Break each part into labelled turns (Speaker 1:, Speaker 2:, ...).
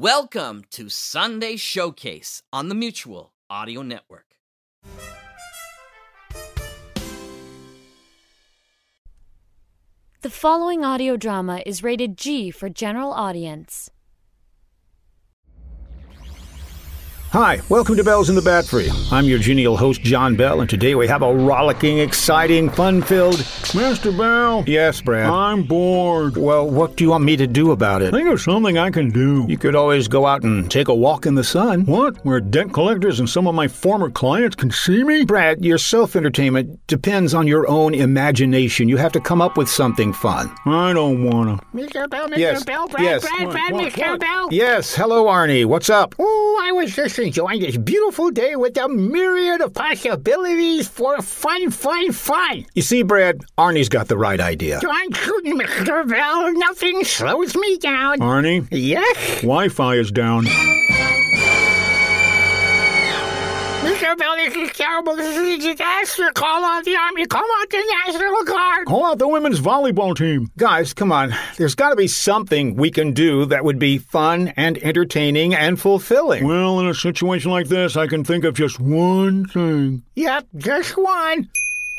Speaker 1: Welcome to Sunday Showcase on the Mutual Audio Network.
Speaker 2: The following audio drama is rated G for general audience.
Speaker 3: Hi, welcome to Bells in the Bat Free. I'm your genial host, John Bell, and today we have a rollicking, exciting, fun filled.
Speaker 4: Mr. Bell,
Speaker 3: Yes, Brad.
Speaker 4: I'm bored.
Speaker 3: Well, what do you want me to do about it?
Speaker 4: Think of something I can do.
Speaker 3: You could always go out and take a walk in the sun.
Speaker 4: What? Where debt collectors and some of my former clients can see me?
Speaker 3: Brad, your self entertainment depends on your own imagination. You have to come up with something fun.
Speaker 4: I don't wanna.
Speaker 5: Mr. Bell, Mr.
Speaker 3: Yes,
Speaker 5: Bell, Brad,
Speaker 3: yes.
Speaker 5: Brad,
Speaker 3: What,
Speaker 5: Brad,
Speaker 4: what,
Speaker 5: Mr.
Speaker 4: what?
Speaker 5: Bell.
Speaker 3: Yes, hello, Arnie. What's up?
Speaker 5: Oh, I was just enjoying this beautiful day with a myriad of possibilities for fun, fun, fun.
Speaker 3: You see, Brad, Arnie's got the right idea.
Speaker 5: John Cooten, Mr. Bell, nothing slows me down.
Speaker 4: Arnie,
Speaker 5: Yes,
Speaker 4: Wi Fi is down.
Speaker 5: Mr. Bell, this is terrible. This is a disaster. Call out the army. Call out the National Guard.
Speaker 4: Call out the women's volleyball team.
Speaker 3: Guys, come on. There's got to be something we can do that would be fun and entertaining and fulfilling.
Speaker 4: Well, in a situation like this, I can think of just one thing.
Speaker 5: Yep, just one.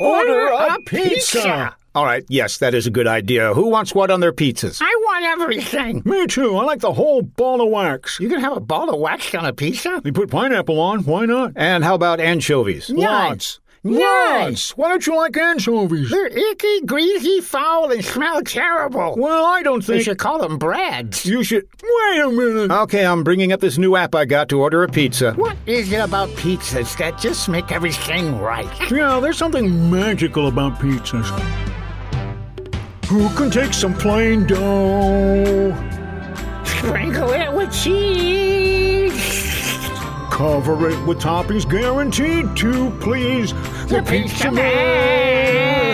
Speaker 3: Order
Speaker 5: a
Speaker 4: pizza.
Speaker 3: All right, yes, that is a good idea. Who wants what on their pizzas?
Speaker 5: I want everything.
Speaker 4: Me too. I like the whole ball of wax.
Speaker 5: You can have a ball of wax on a pizza?
Speaker 4: They put pineapple on. Why not?
Speaker 3: And how about anchovies?
Speaker 4: Lots. Lots. Why don't you like anchovies?
Speaker 5: They're icky, greasy, foul, and smell terrible.
Speaker 4: Well, I don't
Speaker 5: They
Speaker 4: think
Speaker 5: should call them breads.
Speaker 4: you should. Wait a minute.
Speaker 3: Okay, I'm bringing up this new app I got to order a pizza.
Speaker 5: What is it about pizzas that just make everything right?
Speaker 4: Yeah, there's something magical about pizzas. Who can take some plain dough,
Speaker 5: Sprinkle it with cheese.
Speaker 4: cover it with toppings guaranteed to please the pizza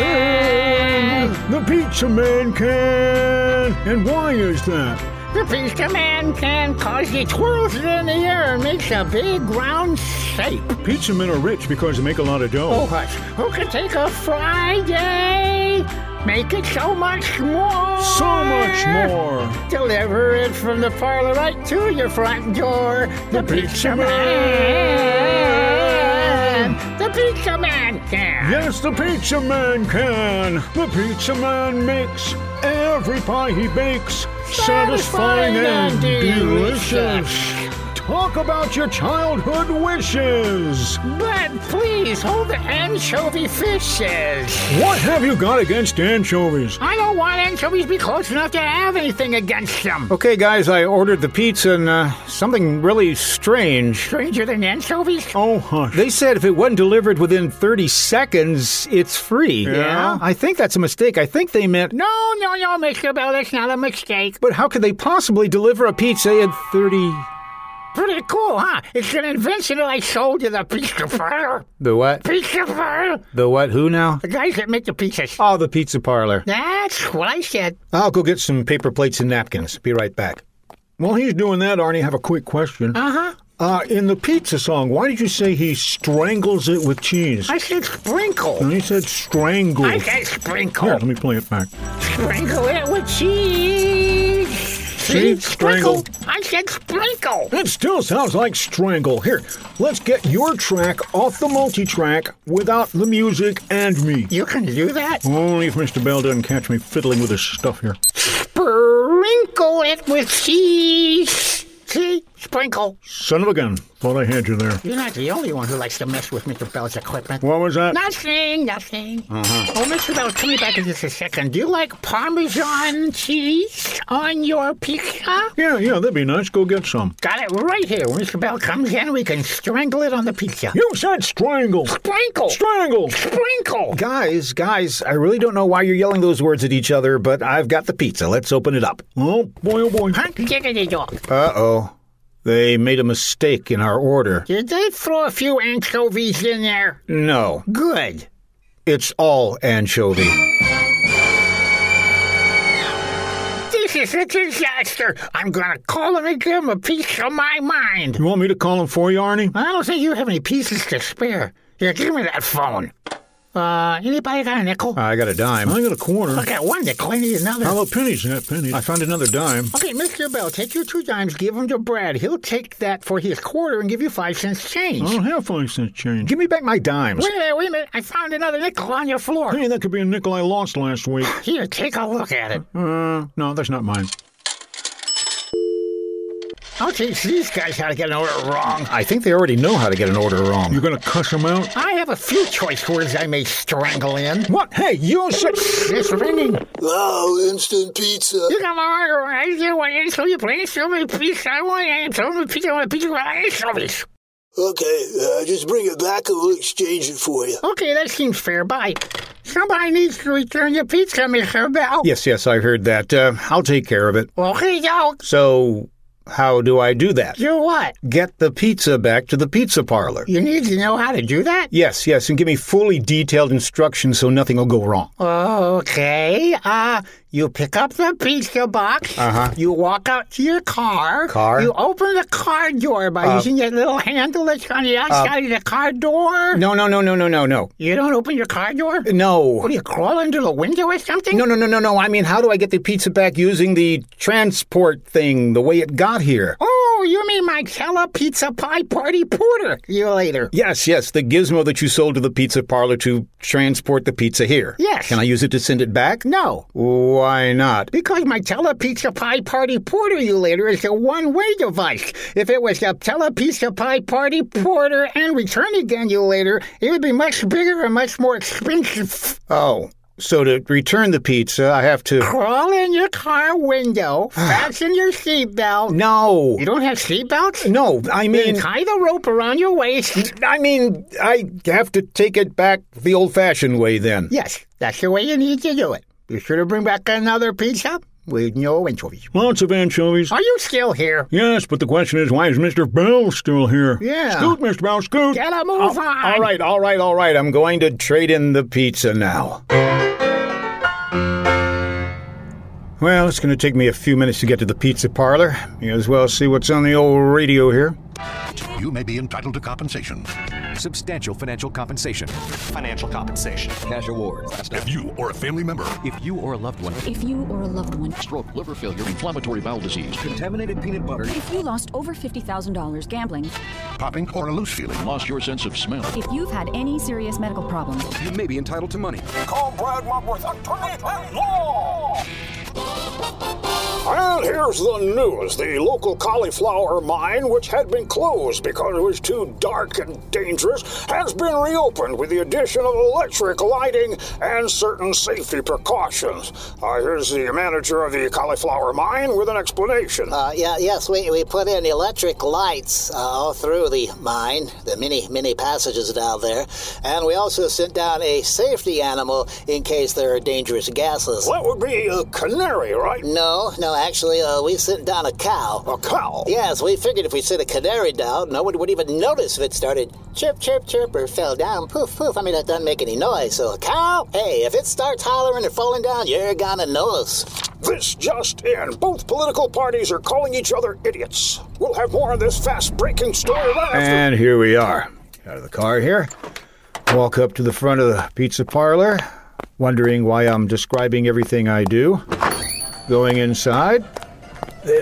Speaker 5: man.
Speaker 4: man? The pizza man can. And why is that?
Speaker 5: The pizza man can cause you twirls it in the air and makes a big round shape.
Speaker 4: Pizza men are rich because they make a lot of
Speaker 5: Oh,
Speaker 4: dough.
Speaker 5: hush. Who can take a Friday? Make it so much more.
Speaker 4: So much more.
Speaker 5: Deliver it from the parlor right to your front door. The Pizza Man. The Pizza Man can.
Speaker 4: Yes, the pizza man can. The pizza man makes every pie he bakes satisfying
Speaker 5: Satisfying
Speaker 4: and
Speaker 5: and
Speaker 4: delicious.
Speaker 5: delicious.
Speaker 4: Talk about your childhood wishes.
Speaker 5: But please hold the anchovy fishes.
Speaker 4: What have you got against anchovies?
Speaker 5: I don't want anchovies to be close enough to have anything against them.
Speaker 3: Okay, guys, I ordered the pizza and uh, something really strange.
Speaker 5: Stranger than anchovies?
Speaker 4: Oh, hush.
Speaker 3: They said if it wasn't delivered within 30 seconds, it's free.
Speaker 4: Yeah?
Speaker 3: I think that's a mistake. I think they meant.
Speaker 5: No, no, no, Mr. Bell, that's not a mistake.
Speaker 3: But how could they possibly deliver a pizza in 30.
Speaker 5: Pretty cool, huh? It's an invention that I sold to the pizza parlor.
Speaker 3: The what?
Speaker 5: Pizza parlor?
Speaker 3: The what? Who now?
Speaker 5: The guys that make the pizzas.
Speaker 3: Oh, the pizza parlor.
Speaker 5: That's what I said.
Speaker 3: I'll go get some paper plates and napkins. Be right back.
Speaker 4: While he's doing that, Arnie, I have a quick question.
Speaker 5: Uh huh.
Speaker 4: Uh, in the pizza song, why did you say he strangles it with cheese?
Speaker 5: I said sprinkle.
Speaker 4: No, he said strangle.
Speaker 5: I said sprinkle.
Speaker 4: Here, let me play it back.
Speaker 5: Sprinkle it with cheese.
Speaker 4: See? Sprinkle.
Speaker 5: I said sprinkle.
Speaker 4: That still sounds like strangle. Here, let's get your track off the multi track without the music and me.
Speaker 5: You can do that?
Speaker 4: Only if Mr. Bell doesn't catch me fiddling with his stuff here.
Speaker 5: Sprinkle it with cheese. See? Sprinkle.
Speaker 4: Son of a gun. Thought I had you there.
Speaker 5: You're not the only one who likes to mess with Mr. Bell's equipment.
Speaker 4: What was that?
Speaker 5: Nothing, nothing. Oh, Mr. Bell, tell me back in just a second. Do you like Parmesan cheese on your pizza?
Speaker 4: Yeah, yeah, that'd be nice. Go get some.
Speaker 5: Got it right here. When Mr. Bell comes in, we can strangle it on the pizza.
Speaker 4: You said strangle.
Speaker 5: Sprinkle!
Speaker 4: Strangle!
Speaker 5: Sprinkle!
Speaker 3: Guys, guys, I really don't know why you're yelling those words at each other, but I've got the pizza. Let's open it up.
Speaker 4: Oh, boy, oh, boy.
Speaker 5: Huh? Giggity dog.
Speaker 3: Uh oh. They made a mistake in our order.
Speaker 5: Did they throw a few anchovies in there?
Speaker 3: No,
Speaker 5: Good.
Speaker 3: it's all anchovy.
Speaker 5: This is a disaster. I'm gonna call him and give him a piece of my mind.
Speaker 4: You want me to call him for you, Arnie?
Speaker 5: I don't think you have any pieces to spare. Here, give me that phone. Uh, anybody got a nickel?
Speaker 3: I got a dime.
Speaker 4: I got a quarter.
Speaker 5: I got one nickel. I need another.
Speaker 4: How about pennies? That pennies.
Speaker 3: I found another dime.
Speaker 5: Okay, Mr. Bell, take your two dimes, give them to Brad. He'll take that for his quarter and give you five cents
Speaker 3: Mm.
Speaker 5: change.
Speaker 4: I don't have five cents change.
Speaker 3: Oh, Give me back my dimes.
Speaker 5: Wait a minute, wait a minute. I found another nickel on your floor.
Speaker 4: Hey, that could be a nickel I lost last week.
Speaker 5: Here, take a look at it.
Speaker 4: Uh, no, that's not mine.
Speaker 5: I'll teach these guys how to get an order wrong.
Speaker 3: I think they already know how to get an order wrong.
Speaker 4: You're gonna cuss him out?
Speaker 5: I have a few choice words I may strangle in.
Speaker 3: What? Hey, you s-
Speaker 5: It's ringing.
Speaker 6: Wow, instant pizza.
Speaker 5: You got my order. I didn't want any so you play so many pieces. I want any so many pizza. I want pizza. I want anchovies.
Speaker 6: Okay, uh, just bring it back and we'll exchange it for you.
Speaker 5: Okay, that seems fair. Bye. Somebody needs to return your pizza, Mr. Bell.
Speaker 3: Yes, yes, I heard that. Uh, I'll take care of it.
Speaker 5: Okay, yo.
Speaker 3: So, how do I do that?
Speaker 5: Do what?
Speaker 3: Get the pizza back to the pizza parlor.
Speaker 5: You need to know how to do that?
Speaker 3: Yes, yes, and give me fully detailed instructions so nothing will go wrong.
Speaker 5: Okay. Uh, you pick up the pizza box.
Speaker 3: Uh-huh.
Speaker 5: You walk out to your car.
Speaker 3: Car? Uh,
Speaker 5: You open the car door by using that little handle that's on the outside of the car door.
Speaker 3: No, no, no, no, no, no, no.
Speaker 5: You don't open your car door?
Speaker 3: No.
Speaker 5: What, do you crawl under the window or something?
Speaker 3: No, no, no, no, no. I mean, how do I get the pizza back using the transport thing the way it got here?
Speaker 5: Oh, you mean my Cella Pizza Pie Party Porter. See you later.
Speaker 3: Yes, yes, the gizmo that you sold to the pizza parlor to transport the pizza here.
Speaker 5: Yes.
Speaker 3: Can I use it to send it back?
Speaker 5: No.
Speaker 3: Why not?
Speaker 5: Because my Telepizza Pie Party Porter you later is a one-way device. If it was a Telepizza Pie Party Porter and Return Again you later, it would be much bigger and much more expensive.
Speaker 3: Oh, so to return the pizza, I have to.
Speaker 5: Crawl in your car window, fasten your seatbelt.
Speaker 3: No.
Speaker 5: You don't have seatbelts?
Speaker 3: No, I
Speaker 5: Then
Speaker 3: mean.
Speaker 5: tie the rope around your waist.
Speaker 3: I mean, I have to take it back the old fashioned way then.
Speaker 5: Yes, that's the way you need to do it. You sure to bring back another pizza with no anchovies.
Speaker 4: Lots of anchovies.
Speaker 5: Are you still here?
Speaker 4: Yes, but the question is, why is Mr. Bell still here?
Speaker 5: Yeah.
Speaker 4: Scoot, Mr. Bell, scoot.
Speaker 5: Get a move on.
Speaker 3: Oh, All right, all right, all right. I'm going to trade in the pizza now. Well, it's going to take me a few minutes to get to the pizza parlor. May as well see what's on the old radio here.
Speaker 7: You may be entitled to compensation.
Speaker 8: substantial financial compensation. Financial compensation. Cash awards.
Speaker 7: If you or a family member
Speaker 8: If you or a loved one
Speaker 2: If you or a loved one,
Speaker 9: stroke, liver failure, inflammatory bowel disease,
Speaker 8: contaminated peanut butter,
Speaker 2: if you lost over $50,000 gambling,
Speaker 7: popping or a loose feeling,
Speaker 9: lost your sense of smell,
Speaker 2: if you've had any serious medical problems,
Speaker 8: you may be entitled to money.
Speaker 10: Call Brad Mopworth, attorney at law.
Speaker 6: And here's the news. The local cauliflower mine, which had been closed because it was too dark and dangerous, has been reopened with the addition of electric lighting and certain safety precautions. Uh, here's the manager of the cauliflower mine with an explanation.
Speaker 10: Uh, yeah, yes, we, we put in electric lights uh, all through the mine, the many, many passages down there. And we also sent down a safety animal in case there are dangerous gases.
Speaker 6: that would be a canary, right?
Speaker 10: No, no, actually, uh, we sent down a cow.
Speaker 6: A cow.
Speaker 10: Yes, we figured if we sent a canary down, no one would even notice if it started chirp, chirp, chirp, or fell down, poof, poof. I mean, that doesn't make any noise. So a cow, hey, if it starts hollering or falling down, you're gonna notice.
Speaker 6: This just in. Both political parties are calling each other idiots. We'll have more on this fast breaking story right after.
Speaker 3: And here we are. Out of the car here. Walk up to the front of the pizza parlor, wondering why I'm describing everything I do. Going inside.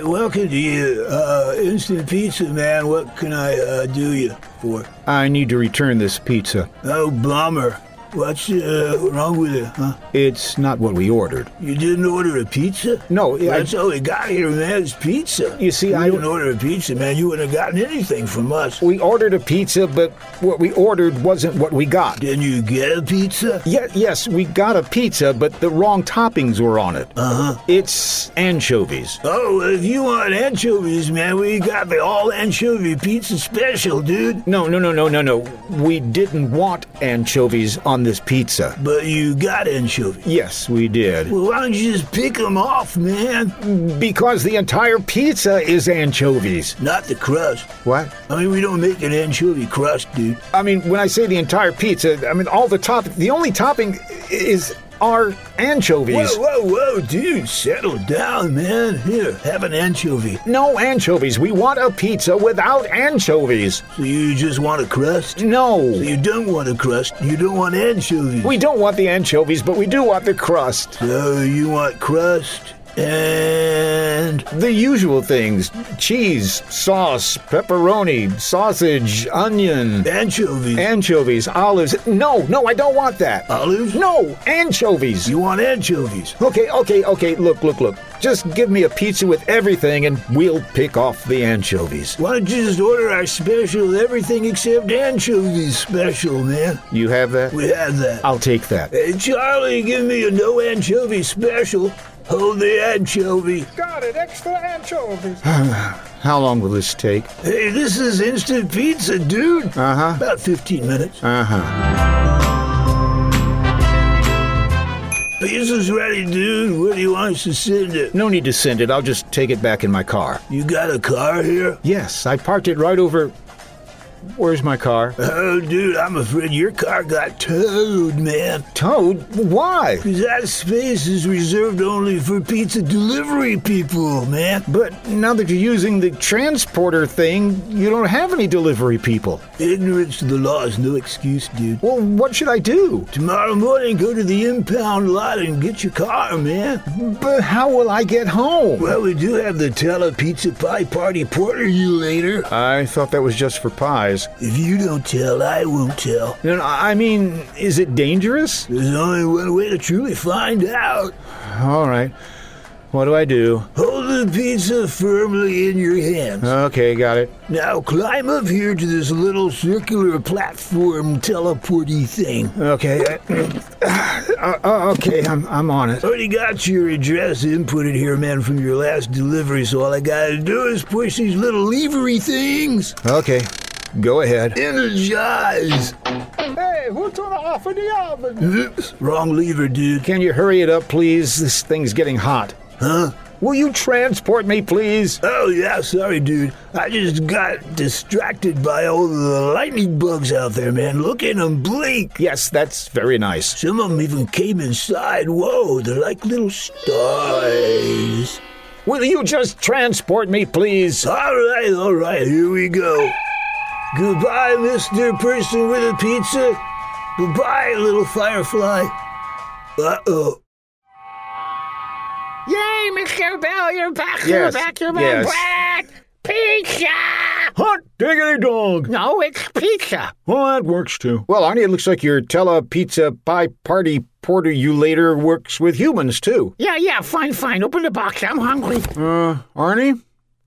Speaker 10: welcome to you, uh, Instant Pizza Man. What can I uh, do you for?
Speaker 3: I need to return this pizza.
Speaker 10: Oh, bummer. What's uh, wrong with it, huh?
Speaker 3: It's not what we ordered.
Speaker 10: You didn't order a pizza?
Speaker 3: No, I-
Speaker 10: that's all we got here, man. Is pizza.
Speaker 3: You see,
Speaker 10: If
Speaker 3: I-
Speaker 10: you didn't order a pizza, man. You wouldn't have gotten anything from us.
Speaker 3: We ordered a pizza, but what we ordered wasn't what we got.
Speaker 10: Didn't you get a pizza?
Speaker 3: Ye- yes, we got a pizza, but the wrong toppings were on it. Uh huh. It's anchovies.
Speaker 10: Oh, well, if you want anchovies, man, we got the all anchovy pizza special, dude.
Speaker 3: No, no, no, no, no, no. We didn't want anchovies on this pizza.
Speaker 10: But you got anchovies.
Speaker 3: Yes, we did.
Speaker 10: Well, why don't you just pick 'em off, man?
Speaker 3: Because the entire pizza is anchovies.
Speaker 10: Not the crust.
Speaker 3: What?
Speaker 10: I mean, we don't make an anchovy crust, dude.
Speaker 3: I mean, when I say the entire pizza, I mean all the top. The only topping is are anchovies.
Speaker 10: Whoa, whoa, whoa, dude, settle down, man. Here, have an anchovy.
Speaker 3: No anchovies. We want a pizza without anchovies.
Speaker 10: So you just want a crust?
Speaker 3: No.
Speaker 10: So you don't want a crust. You don't want anchovies.
Speaker 3: We don't want the anchovies, but we do want the crust.
Speaker 10: So you want crust and
Speaker 3: the usual things cheese, sauce, pepperoni, sausage, onion,
Speaker 10: anchovies,
Speaker 3: anchovies, olives. No, no, I don't want that.
Speaker 10: Olives?
Speaker 3: No, anchovies.
Speaker 10: You want anchovies?
Speaker 3: Okay, okay, okay. Look, look, look. Just give me a pizza with everything and we'll pick off the anchovies.
Speaker 10: Why don't you just order our special everything except anchovies special, man?
Speaker 3: You have that?
Speaker 10: We Eh. have that.
Speaker 3: I'll take that.
Speaker 10: Hey, Charlie, give me a no anchovy special. Hold the anchovy.
Speaker 11: Got it, extra anchovies.
Speaker 3: How long will this take?
Speaker 10: Hey, this is instant pizza, dude.
Speaker 3: Uh huh.
Speaker 10: About 15 minutes.
Speaker 3: Uh huh.
Speaker 10: Pizza's ready, dude. Where do you want us to send it?
Speaker 3: No need to send it. I'll just take it back in my car.
Speaker 10: You got a car here?
Speaker 3: Yes, I parked it right over. Where's my car?
Speaker 10: Oh, dude, I'm afraid your car got towed, man.
Speaker 3: Towed? Why?
Speaker 10: Because that space is reserved only for pizza delivery people, man.
Speaker 3: But now that you're using the transporter thing, you don't have any delivery people.
Speaker 10: Ignorance to the law is no excuse, dude.
Speaker 3: Well, what should I do?
Speaker 10: Tomorrow morning, go to the impound lot and get your car, man.
Speaker 3: But how will I get home?
Speaker 10: Well, we do have the Tele Pizza Pie Party Porter you later.
Speaker 3: I thought that was just for pies.
Speaker 10: If you don't tell, I won't tell.
Speaker 3: No, no, I mean, is it dangerous?
Speaker 10: There's only one way to truly find out.
Speaker 3: All right. What do I do?
Speaker 10: Hold the pizza firmly in your hands.
Speaker 3: Okay, got it.
Speaker 10: Now climb up here to this little circular platform teleporty thing.
Speaker 3: Okay. uh, uh, okay, I'm, I'm on it.
Speaker 10: Already got your address inputted here, man, from your last delivery, so all I gotta do is push these little levery things.
Speaker 3: Okay. Go ahead.
Speaker 10: Energize!
Speaker 11: Hey, who turned off the oven?
Speaker 10: Oops, wrong lever, dude.
Speaker 3: Can you hurry it up, please? This thing's getting hot.
Speaker 10: Huh?
Speaker 3: Will you transport me, please?
Speaker 10: Oh, yeah, sorry, dude. I just got distracted by all the lightning bugs out there, man. Look at them blink.
Speaker 3: Yes, that's very nice.
Speaker 10: Some of them even came inside. Whoa, they're like little stars.
Speaker 3: Will you just transport me, please?
Speaker 10: All right, all right, here we go. Goodbye, Mr. Person with a Pizza. Goodbye, little firefly. Uh oh.
Speaker 5: Yay, Mr. Bell, you're back, you're
Speaker 3: Yes,
Speaker 5: back, you're
Speaker 3: yes.
Speaker 5: back. Pizza!
Speaker 4: Hot diggity dog.
Speaker 5: No, it's pizza.
Speaker 4: Well, that works too.
Speaker 3: Well, Arnie, it looks like your tele pizza pie party porter you later works with humans, too.
Speaker 5: Yeah, yeah, fine, fine. Open the box. I'm hungry.
Speaker 4: Uh, Arnie,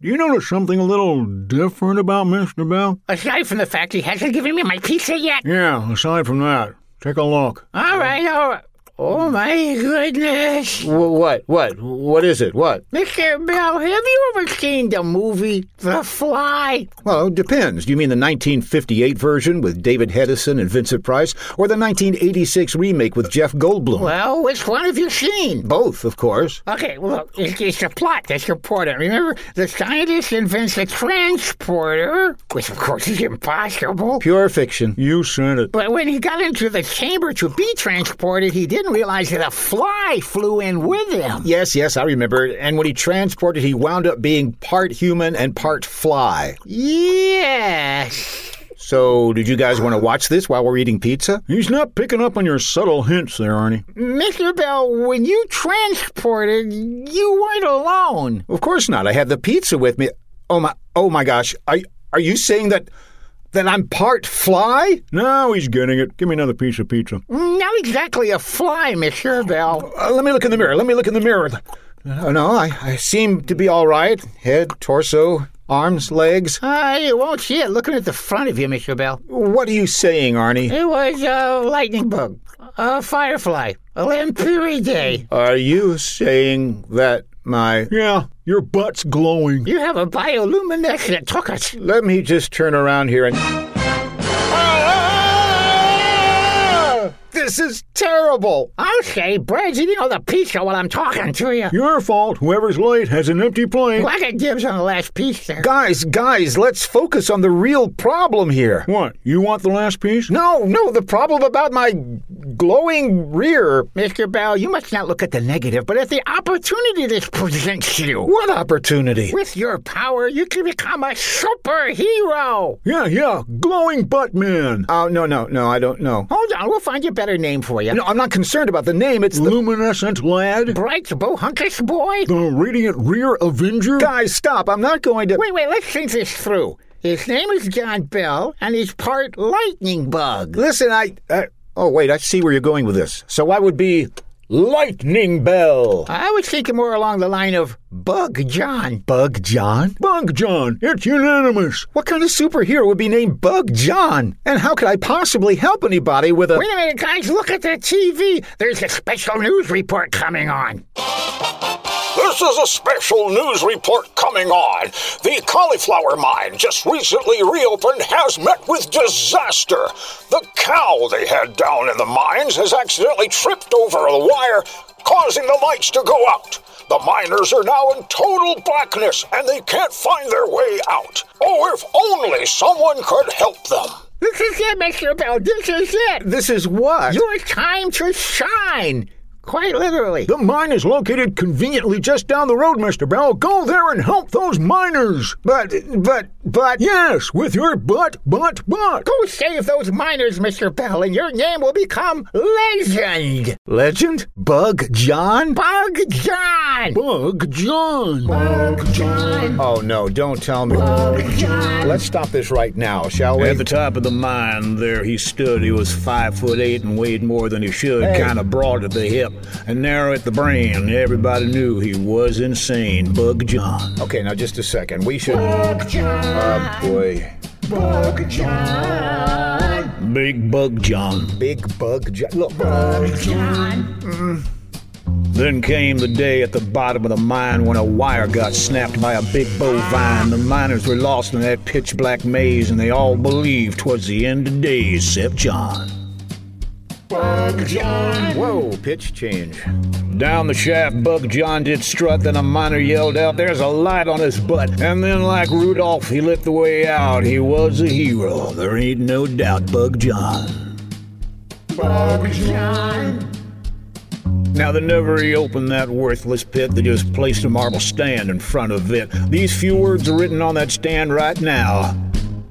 Speaker 4: do you notice something a little different about Mr. Bell?
Speaker 5: Aside from the fact he hasn't given me my pizza yet.
Speaker 4: Yeah, aside from that, take a look.
Speaker 5: All right, all right. Oh my goodness.
Speaker 3: Wh- what? What? What is it? What?
Speaker 5: Mr. Bell, have you ever seen the movie The Fly?
Speaker 3: Well, it depends. Do you mean the 1958 version with David Hedison and Vincent Price, or the 1986 remake with Jeff Goldblum?
Speaker 5: Well, which one have you seen?
Speaker 3: Both, of course.
Speaker 5: Okay, well, look, it's, it's the plot that's important. Remember, the scientist invents a transporter, which of course is impossible.
Speaker 3: Pure fiction.
Speaker 4: You said it.
Speaker 5: But when he got into the chamber to be transported, he didn't realize that a fly flew in with him.
Speaker 3: Yes, yes, I remember. And when he transported, he wound up being part human and part fly.
Speaker 5: Yes.
Speaker 3: So, did you guys want to watch this while we're eating pizza?
Speaker 4: He's not picking up on your subtle hints there, Arnie.
Speaker 5: Mr. Bell, when you transported, you weren't alone.
Speaker 3: Of course not. I had the pizza with me. Oh my! Oh my gosh! Are are you saying that that I'm part fly?
Speaker 4: Now he's getting it. Give me another piece of pizza.
Speaker 5: Not exactly a fly, Mr. Bell.
Speaker 3: Uh, let me look in the mirror. Let me look in the mirror. Uh, no, I, I seem to be all right. Head, torso, arms, legs. Uh,
Speaker 5: I Uh, won't see it looking at the front of you, Mr. Bell.
Speaker 3: What are you saying, Arnie?
Speaker 5: It was a lightning bug, a firefly, a lampiridae.
Speaker 3: Are you saying that my.
Speaker 4: Yeah, your butt's glowing.
Speaker 5: You have a bioluminescent tuckus.
Speaker 3: Let me just turn around here and. Ah! The
Speaker 5: This is terrible. Okay, Brad's eating all the pizza while I'm talking to you.
Speaker 4: Your fault. Whoever's late has an empty plate.
Speaker 5: Like it gives on the last piece there.
Speaker 3: Guys, guys, let's focus on the real problem here.
Speaker 4: What? You want the last piece?
Speaker 3: No, no, the problem about my glowing rear.
Speaker 5: Mr. Bell, you must not look at the negative, but at the opportunity this presents you.
Speaker 3: What opportunity?
Speaker 5: With your power, you can become a superhero.
Speaker 4: Yeah, yeah, glowing butt man.
Speaker 3: Oh, no, no, no, I don't know.
Speaker 5: Hold on, we'll find a better name for you.
Speaker 3: No, I'm not concerned about the name. It's the.
Speaker 4: Luminescent lad?
Speaker 5: Bright bohunkish boy?
Speaker 4: The radiant rear avenger?
Speaker 3: Guys, stop. I'm not going to.
Speaker 5: Wait, wait, let's think this through. His name is John Bell, and he's part lightning bug.
Speaker 3: Listen, I. I oh, wait, I see where you're going with this. So I would be Lightning Bell.
Speaker 5: I was thinking more along the line of Bug John.
Speaker 3: Bug John?
Speaker 4: Bug John, it's unanimous.
Speaker 3: What kind of superhero would be named Bug John? And how could I possibly help anybody with a.
Speaker 5: Wait a minute, guys, look at the TV. There's a special news report coming on.
Speaker 11: This is a special news report coming on. The cauliflower mine, just recently reopened, has met with disaster. The cow they had down in the mines has accidentally tripped over the wire, causing the lights to go out. The miners are now in total blackness and they can't find their way out. Oh, if only someone could help them.
Speaker 5: This is it, Mr. Bell. This is it.
Speaker 3: This is what?
Speaker 5: Your time to shine. Quite literally.
Speaker 4: The mine is located conveniently just down the road, Mr. Bell. Go there and help those miners.
Speaker 3: But, but, but.
Speaker 4: Yes, with your butt, butt, butt.
Speaker 5: Go save those miners, Mr. Bell, and your name will become legend.
Speaker 3: Legend? Bug John?
Speaker 5: Bug John.
Speaker 4: Bug John.
Speaker 5: Bug John.
Speaker 3: Oh, no, don't tell me.
Speaker 5: Bug John.
Speaker 3: Let's stop this right now, shall we?
Speaker 12: At the top of the mine, there he stood. He was five foot eight and weighed more than he should,
Speaker 3: Hey.
Speaker 12: kind of broad at the hip and narrow at the brain. Everybody knew he was insane. Bug John.
Speaker 3: Okay, now just a second. We should. Bug John. Oh, boy. Bug John.
Speaker 12: Big Bug John.
Speaker 3: Big Bug John. Look. Mm. Bug John.
Speaker 12: Then came the day at the bottom of the mine when a wire got snapped by a big bovine. The miners were lost in that pitch black maze, and they all believed 'twas the end of days, except John.
Speaker 3: Bug John. Whoa, pitch change.
Speaker 12: Down the shaft, Bug John did strut, then a miner yelled out, There's a light on his butt. And then, like Rudolph, he lit the way out. He was a hero. There ain't no doubt, Bug John.
Speaker 5: Bug John.
Speaker 12: Now, they never reopened that worthless pit. They just placed a marble stand in front of it. These few words are written on that stand right now.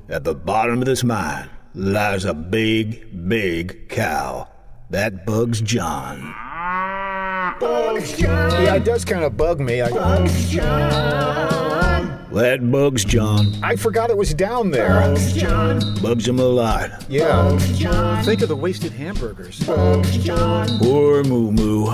Speaker 12: At the bottom of this mine lies a big, big cow. That bugs John.
Speaker 3: Yeah, it does kind of bug me. I,
Speaker 12: That bugs John.
Speaker 3: I forgot it was down there.
Speaker 12: Bugs him a lot.
Speaker 3: Yeah. Think of the wasted hamburgers.
Speaker 12: Poor Moo Moo.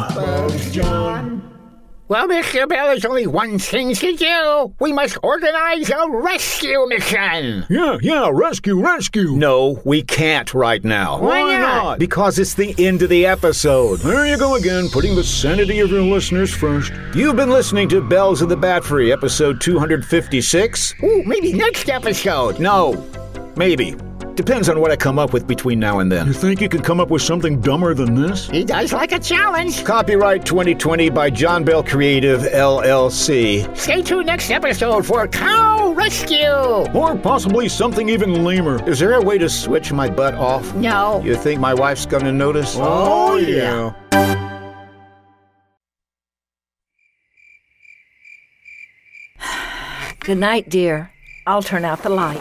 Speaker 5: Well, Mr. Bell, there's only one thing to do. We must organize a rescue mission.
Speaker 4: Yeah, yeah, rescue, rescue.
Speaker 3: No, we can't right now.
Speaker 5: Why not?
Speaker 3: Because it's the end of the episode.
Speaker 4: There you go again, putting the sanity of your listeners first.
Speaker 3: You've been listening to Bells of the Bat Free, episode 256.
Speaker 5: Ooh, maybe next episode.
Speaker 3: No, maybe. Depends on what I come up with between now and
Speaker 4: You
Speaker 3: then.
Speaker 4: think you could come up with something dumber than this?
Speaker 5: He does like a challenge.
Speaker 3: Copyright 2020 by John Bell Creative LLC.
Speaker 5: Stay tuned next episode for Cow Rescue.
Speaker 4: Or possibly something even lamer.
Speaker 3: Is there a way to switch my butt off?
Speaker 5: No.
Speaker 3: You think my wife's gonna notice?
Speaker 4: Oh, yeah.
Speaker 13: Good night, dear. I'll turn out the light.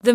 Speaker 2: The